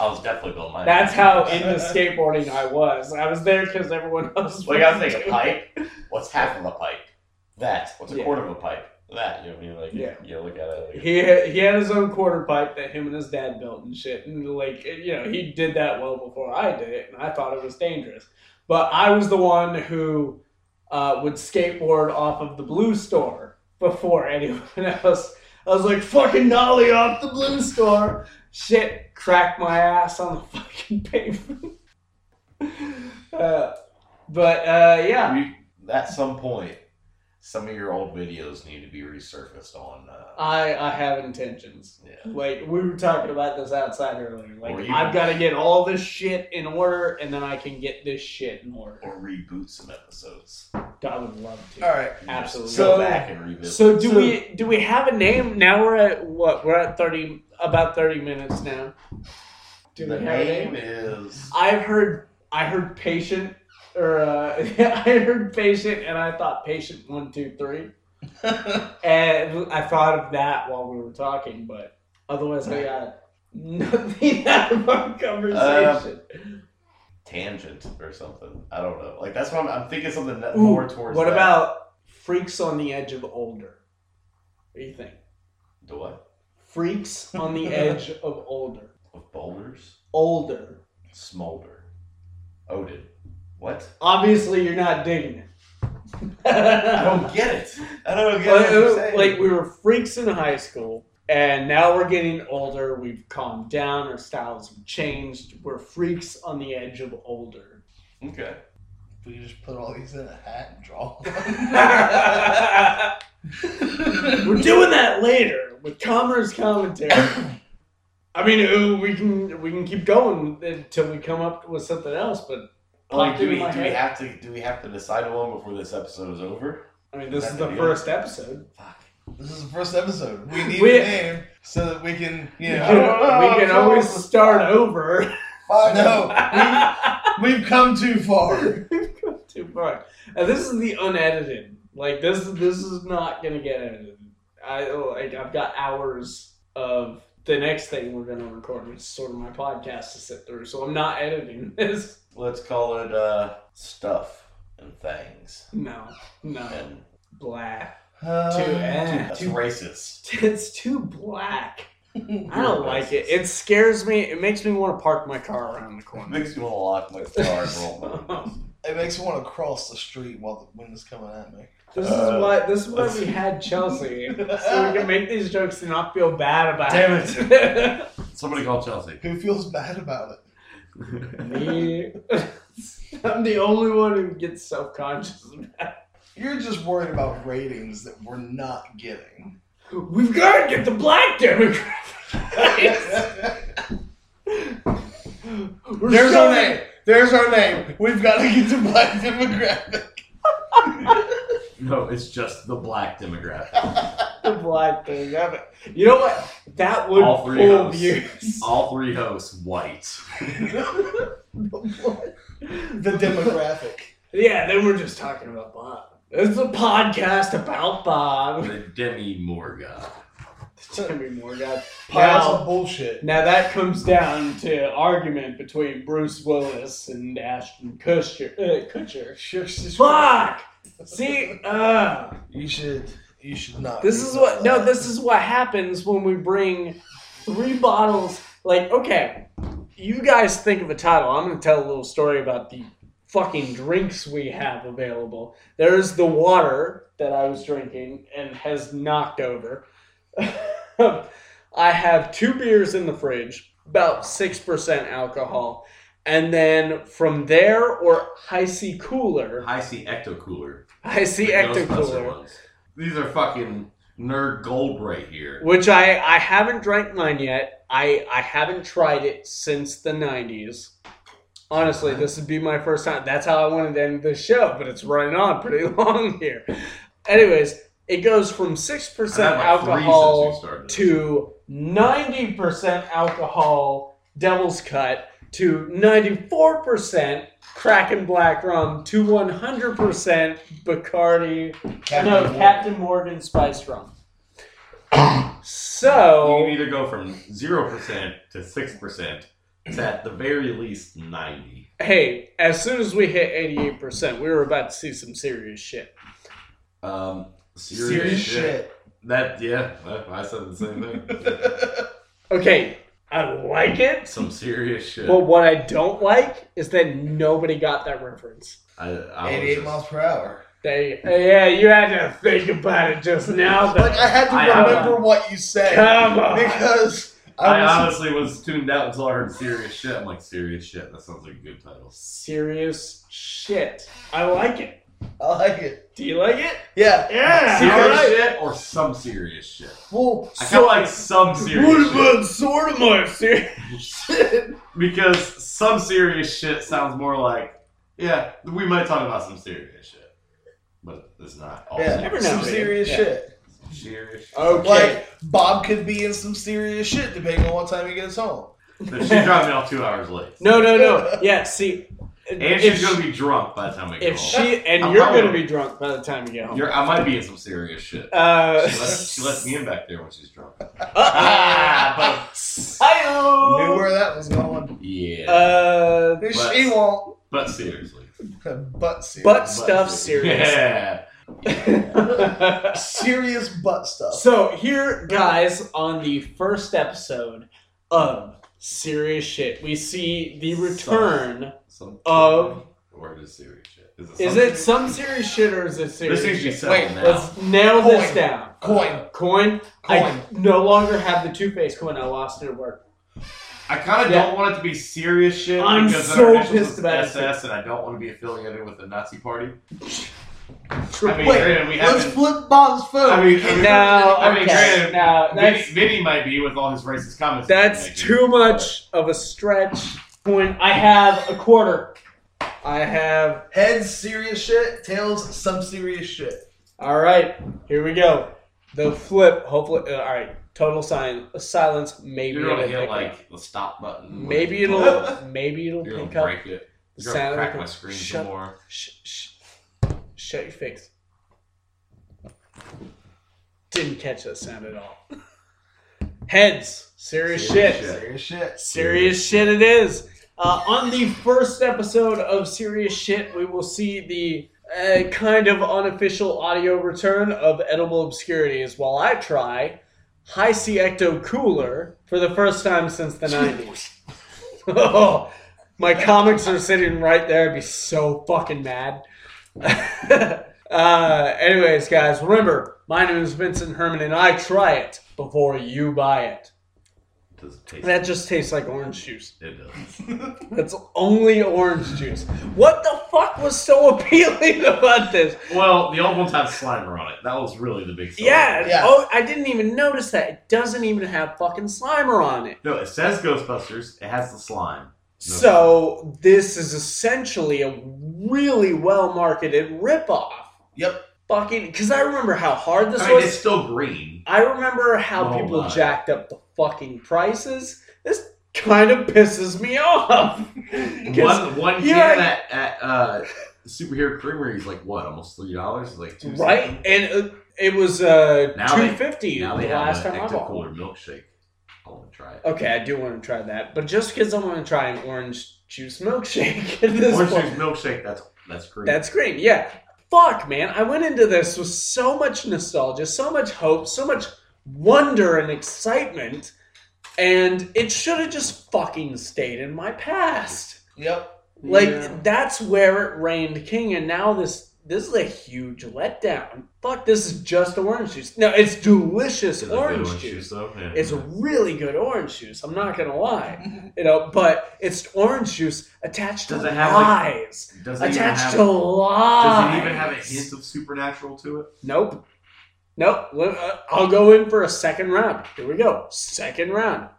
S1: I was definitely building mine.
S2: that's how into skateboarding I was. I was there because everyone else.
S1: Well, you gotta
S2: was
S1: think a
S2: doing-
S1: pipe. What's half of a pipe? That. What's a
S2: Yeah.
S1: quarter of a pipe? That. You know, what I mean? like
S2: Yeah.
S1: you look at it. Like,
S2: He had, he had his own quarter pipe that him and his dad built and shit, and like you know he did that well before I did it, and I thought it was dangerous. But I was the one who uh, would skateboard off of the blue store before anyone else. I was like fucking nollie off the blue store, shit, crack my ass on the fucking pavement. uh, but uh, yeah,
S1: you- "Ah." at some point, some of your old videos need to be resurfaced on. Uh,
S2: I I have intentions.
S1: yeah.
S2: Like we were talking about this outside earlier. Like
S1: Or even-
S2: I've got to get all this shit in order, and then I can get this shit in order.
S1: Or reboot some episodes.
S2: I would love to.
S3: All right.
S2: Absolutely.
S1: Just go
S3: So-
S1: back and revisit.
S2: So do
S3: So-
S2: we do we have a name? Now we're at what? We're at thirty about thirty minutes now. Do
S1: the
S2: we have a
S1: name
S2: name?
S1: is.
S2: I've heard I heard patient or uh, I heard patient and I thought patient one two three and I thought of that while we were talking, but otherwise I got nothing out of our conversation.
S4: tangent or something. I don't know. Like that's what I'm, I'm thinking something that
S2: Ooh,
S4: Uh, more towards.
S2: What
S4: that.
S2: about freaks on the edge of older? What do you think?
S4: the what?
S2: Freaks on the edge of older.
S4: Of boulders,
S2: Older.
S4: smolder, Odin. What?
S2: Obviously, you're not digging
S4: I
S2: it.
S4: don't get it. I don't get what you're
S2: like,
S4: saying.
S2: like, we were freaks in high school, and now we're getting older. We've calmed down. Our styles have changed. We're freaks on the edge of older.
S4: okay.
S3: We could just put all these in a hat and draw.
S2: we're doing that later with Commerce commentary. I mean, ooh, we can we can keep going until we come up with something else. But
S4: Like,
S2: popped
S4: do
S2: into
S4: we do
S2: my
S4: we
S2: head.
S4: have to do we have to decide one before this episode is over?
S2: I mean, this
S4: Is
S2: is
S4: that
S2: the
S4: the deal?
S2: first episode.
S4: Fuck.
S3: this is the first episode. We need
S2: We-
S3: a name so that we can, you
S2: we
S3: know.
S4: I don't
S2: can,
S4: know,
S2: we can
S4: I'm
S2: always
S4: close.
S2: start over.
S3: No, we, we've come too far.
S2: Too far. And this is the unedited. Like this, this is not gonna get edited. I like I've got hours of the next thing we're gonna record, which is sort of my podcast to sit through. So I'm not editing this.
S4: Let's call it uh stuff and things
S2: No, no,
S4: and
S2: black.
S3: Uh,
S2: Too eh.
S4: that's
S2: Too-
S4: racist.
S2: It's too black. I don't like it. It scares me. It makes me want to park my car around the corner.
S4: Makes me want to lock my car and roll my windows.
S3: It makes me want to cross the street while the wind is coming at me.
S2: This is
S4: Uh,
S2: why. This is why we had Chelsea, so we can make these jokes and not feel bad about
S4: Damn
S2: it.
S1: Somebody call Chelsea.
S3: Who feels bad about it?
S2: me, I'm the only one who gets self conscious.
S3: You're just worried about ratings that we're not getting.
S2: We've got to get the black demographic. We're
S3: There's
S2: so-
S3: our name. There's our name. We've got to get to black demographic.
S1: No, it's just the black demographic.
S2: The black demographic. You know what? That would
S1: All
S2: pull
S1: three of us.
S2: views.
S1: All three hosts white.
S3: The demographic.
S2: Yeah, then we're just talking about Bob. This is a podcast about Bob.
S1: The Demi Morgan.
S2: Timmy Moore, guys.
S3: Piles
S2: Now-
S3: of bullshit.
S2: Now that comes down to argument between Bruce Willis and Ashton Kutcher. Uh, Kutcher. Fuck! See, uh,
S3: You should. You should not.
S2: this
S3: be
S2: is what no,
S3: that.
S2: this is what happens when we bring three bottles. Like, okay, you guys think of a title. I'm gonna tell a little story about the fucking drinks we have available. There's the water that I was drinking and has knocked over. I have two beers in the fridge, about 6% alcohol. And then from there, or High C Cooler,
S1: I see Ecto Cooler.
S2: High C
S1: Like
S2: Ecto
S1: Ghostbuster
S2: Cooler,
S1: ones. These are fucking nerd gold right here.
S2: which I I haven't drank mine yet. I I haven't tried it since the '90s. Honestly, this would be my first time. That's how I wanted to end this show, but it's running on pretty long here. Anyways, it goes from six
S1: I've had
S2: percent
S1: like three
S2: alcohol
S1: since we started.
S2: to ninety percent alcohol, Devil's Cut to ninety-four percent Kraken Black Rum to one hundred percent Bacardi. no,
S3: Captain
S2: Captain Morgan spice rum. so
S1: You can either go from zero percent to six percent to at the very least ninety.
S2: hey, as soon as we hit eighty-eight percent, we were about to see some serious shit.
S1: Um, serious,
S3: serious
S1: shit.
S3: shit.
S1: That yeah, that- I said the same thing.
S2: Okay, I like it,
S1: Some serious shit.
S2: but what I don't like is that nobody got that reference.
S1: I, I was
S3: 88
S1: just-
S3: miles per hour.
S2: They, yeah, you had to think about it just now.
S3: Like
S2: But
S3: I had to
S1: I-
S3: remember what you said
S2: come on,
S3: because
S1: I
S3: I was.
S1: honestly was tuned out until I heard serious shit. I'm like serious shit. That sounds like a good title.
S2: serious shit. I like it.
S1: uh,
S3: I like it.
S2: Do you like it?
S3: Yeah.
S2: Yeah.
S1: Serious
S2: all right.
S1: shit or some serious shit.
S3: Well,
S1: I kind of like some serious
S2: What
S1: shit
S2: about sort of my serious?
S1: because some serious shit sounds more like yeah, we might talk about some serious shit, but it's not all
S3: yeah.
S2: Every
S1: serious.
S2: now
S3: some
S2: and then,
S3: serious
S2: yeah.
S3: shit.
S1: Some serious shit.
S2: Okay.
S3: Like Bob could be in some serious shit depending on what time he gets home.
S1: But she dropped me off two hours late.
S2: No, no, no. Yeah, see,
S1: And she's gonna be drunk by the time we get
S2: if
S1: home.
S2: she and
S1: I'm
S2: you're
S1: probably-
S2: gonna be drunk by the time you get home.
S1: You're, I might be in some serious shit. She
S2: Uh,
S1: lets, she lets me in back there when she's drunk.
S2: Ah,
S3: Knew
S2: Hi-yo.
S3: where that was going.
S1: Yeah.
S2: Uh,
S3: She
S1: But-
S3: won't.
S1: but seriously.
S3: butt serious.
S2: butt stuff
S1: serious.
S2: serious.
S1: Yeah.
S3: serious butt stuff.
S2: Uh, so here, guys, on the first episode of Serious Shit, we see the return.
S1: Some
S2: Of-
S1: or it is serious shit.
S2: Is
S1: some-
S2: it some serious shit or is it serious?
S1: This needs to be
S2: shit?
S1: settled
S3: Wait,
S1: now.
S2: Let's nail this
S3: Coin.
S2: down.
S3: Coin.
S2: Coin. I
S3: Coin.
S2: no longer have the Two Face coin. I lost it at work.
S1: I kind of
S2: Yeah.
S1: don't want it to be serious shit.
S2: I'm
S1: because our
S2: so
S1: initials
S2: pissed
S1: is
S2: about it.
S1: SS, and I don't want to be affiliated with the Nazi party.
S2: True.
S1: I mean,
S3: Wait,
S1: granted, we
S3: Let's
S1: haven't.
S3: flip Bob's food.
S1: I mean,
S2: No,
S1: I mean,
S2: okay.
S1: granted,
S2: No,
S1: Vinny,
S2: that's
S1: Vinny might be with all his racist comments.
S2: that's
S1: he's
S2: too
S1: making.
S2: much of a stretch. Coin. I have a quarter. I have.
S3: Heads serious shit, tails some serious shit.
S2: All right. Here we go. The flip. Hopefully. uh, all right. Total silence. uh, Silence. Maybe
S1: You're gonna
S2: it'll
S1: hit
S2: pick up.
S1: like the stop button. when
S2: Maybe
S1: you-
S2: it'll. Maybe it'll
S1: You're
S2: pick
S1: gonna
S2: up.
S1: break it.
S2: the
S1: You're gonna
S2: sound.
S1: crack my screen some
S2: Shut-
S1: more.
S2: Shh, shh. Shut your face. Didn't catch that sound at all. Heads.
S1: Serious
S2: Serious, shit.
S1: shit.
S3: Serious shit.
S2: Serious shit it is. Uh, on the first episode of Serious Shit, we will see the uh, kind of unofficial audio return of Edible Obscurities while I try High C Ecto Cooler for the first time since the 90s. oh, my comics are sitting right there. I'd be so fucking mad. uh, anyways, guys, remember, my name is Vincent Herman, and I try it before you buy it.
S1: Doesn't taste.
S2: That just tastes like orange juice.
S1: it does.
S2: That's only orange juice. What the fuck was so appealing about this?
S1: Well, the old ones had Slimer on it. That was really the big. seller.
S2: Yeah,
S3: Yeah.
S2: Oh, I didn't even notice that. It doesn't even have fucking Slimer on it.
S1: No, it says Ghostbusters. It has the slime.
S2: So this is essentially a really well marketed ripoff.
S3: Yep.
S2: Fucking, because I remember how hard this
S1: I mean,
S2: was.
S1: it's still green.
S2: I remember how
S1: Oh
S2: people
S1: my.
S2: jacked up the fucking prices. This kind of pisses me off. 'Cause-
S1: One one
S2: here
S1: can
S2: I-
S1: at, at uh, superhero creamery is like what, almost three dollars, like two
S2: right? And uh, it was uh,
S1: Now they-
S2: two fifty
S1: something?
S2: the
S1: Now they
S2: last
S1: have an
S2: time I
S1: active
S2: bought.
S1: cooler milkshake. I want to try it.
S2: Okay, I do want to try that, but just because I want to try an orange juice milkshake at this
S1: Orange
S2: point,
S1: juice milkshake. That's that's green.
S2: that's great. Yeah, fuck, man, I went into this with so much nostalgia, so much hope, so much wonder and excitement, and it should have just fucking stayed in my past.
S3: Yep.
S2: Like
S1: Yeah.
S2: that's where it reigned king, and now this this is a huge letdown. Fuck, this is just orange juice. No, it's delicious
S1: Is it good
S2: orange juice.
S1: though? Yeah.
S2: It's really good orange juice. I'm not gonna lie, you know. But it's orange juice attached
S1: Does
S2: to
S1: it have, like,
S2: lies,
S1: does it even
S2: attached
S1: have,
S2: to lies.
S1: Does it even have a hint of supernatural to it?
S2: Nope, nope. Let- uh, I'll go in for a second round. Here we go. Second round.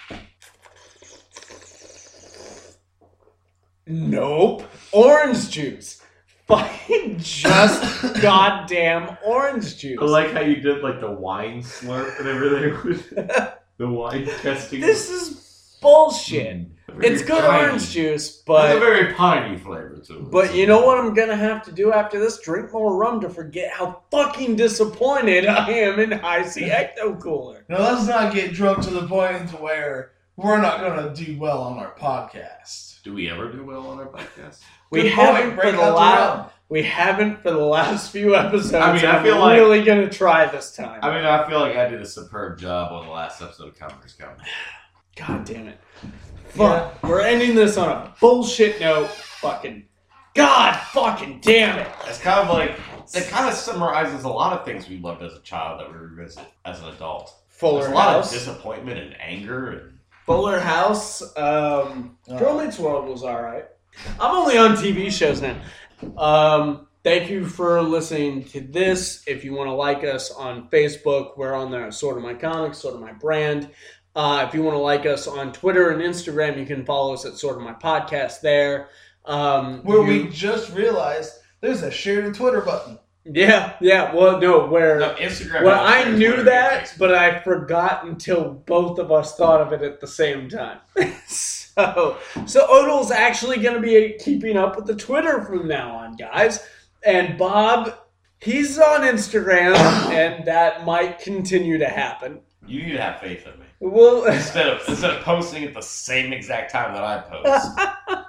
S2: Nope. Orange juice. Fucking just goddamn orange juice.
S1: I like how you did like the wine slurp and everything with the wine testing. Mm.
S2: this is bullshit.
S1: Very
S2: It's good
S1: piney.
S2: orange juice,
S1: It's a
S2: but
S1: very piney flavor to it.
S2: But you know what I'm gonna have to do after this? Drink more rum to forget how fucking disappointed I am in Icy Ecto Cooler.
S3: Now let's not get drunk to the point to where we're not gonna do well on our podcast.
S1: Do we ever do well on our podcast?
S2: We
S3: Good point,
S2: haven't for
S3: break
S2: the
S3: out the
S2: last
S3: rum.
S2: we haven't for the last few episodes.
S1: I mean, I
S2: am
S1: feel like-
S2: really gonna try this time.
S1: I mean, I feel like I did a superb job on the last episode of Commerce Comedy.
S2: God damn it! Fuck, we're ending this on a bullshit note. Fucking God, fucking damn it!
S1: It's kind of like it kind of summarizes a lot of things we loved as a child that we revisit as an adult. There's
S2: Fuller
S1: a lot of
S2: House,
S1: disappointment and anger. And,
S2: Fuller House. Um, Girl
S3: Uh,
S2: Meets World was all right. I'm only on TV shows now. Um, thank you for listening to this. If you want to like us on Facebook, we're on there. Sort of my comics, sort of my brand. Uh, if you want to like us on Twitter and Instagram, you can follow us at sort of my podcast there. Um,
S3: where
S2: you-
S3: we just realized there's a share to Twitter button.
S2: yeah yeah well no where
S1: no, Instagram.
S2: well
S1: has
S2: I
S1: Twitter,
S2: knew
S1: Twitter,
S2: that
S1: Facebook.
S2: but I forgot until both of us thought of it at the same time. So, so Odell's actually going to be keeping up with the Twitter from now on, guys. And Bob, he's on Instagram, and that might continue to happen.
S1: You need to have faith in me.
S2: Well,
S1: Instead of instead of posting at the same exact time that I post,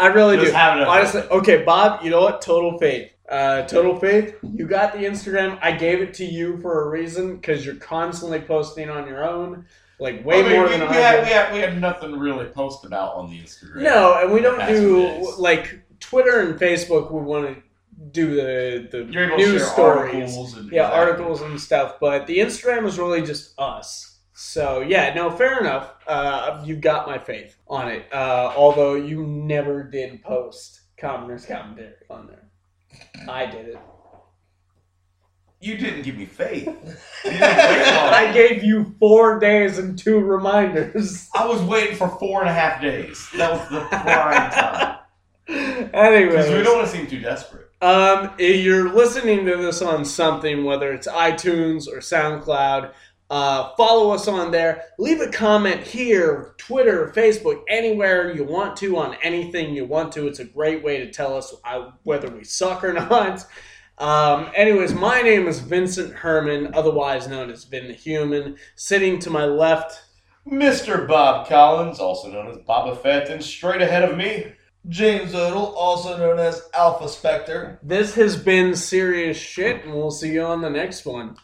S2: I really do.
S1: just have it. up.
S2: Honestly, okay, Bob, you know what? Total faith. Uh, total faith. You got the Instagram. I gave it to you for a reason because you're constantly posting on your own, like way
S1: I mean,
S2: more
S1: we,
S2: than
S1: we
S2: I
S1: had,
S2: do.
S1: we had we had nothing really posted out on the Instagram.
S2: No, and we
S1: the
S2: don't
S1: past few
S2: do
S1: days.
S2: like Twitter and Facebook. We want to do the the
S1: You're able to
S2: news
S1: share
S2: stories,
S1: articles and
S2: yeah,
S1: exactly.
S2: articles and stuff. But the Instagram is really just us. So yeah, no, fair enough. Uh, you got my faith on it. Uh, although you never did post commoners commentary on there, I did it.
S1: You didn't give me faith. You didn't wait long.
S2: I gave you four days and two reminders.
S1: I was waiting for four and a half days. That was the prime time. Because we
S2: Anyway,
S1: don't want to seem too desperate.
S2: Um, if you're listening to this on something, whether it's iTunes or SoundCloud, uh, follow us on there. Leave a comment here, Twitter, Facebook, anywhere you want to on anything you want to. It's a great way to tell us uh, whether we suck or not. Um, anyways, my name is Vincent Herman, otherwise known as Vin the Human. Sitting to my left,
S1: Mr. Bob Collins, also known as Boba Fett, and straight ahead of me,
S3: James Odell, also known as Alpha Spectre.
S2: this has been serious shit, and we'll see you on the next one.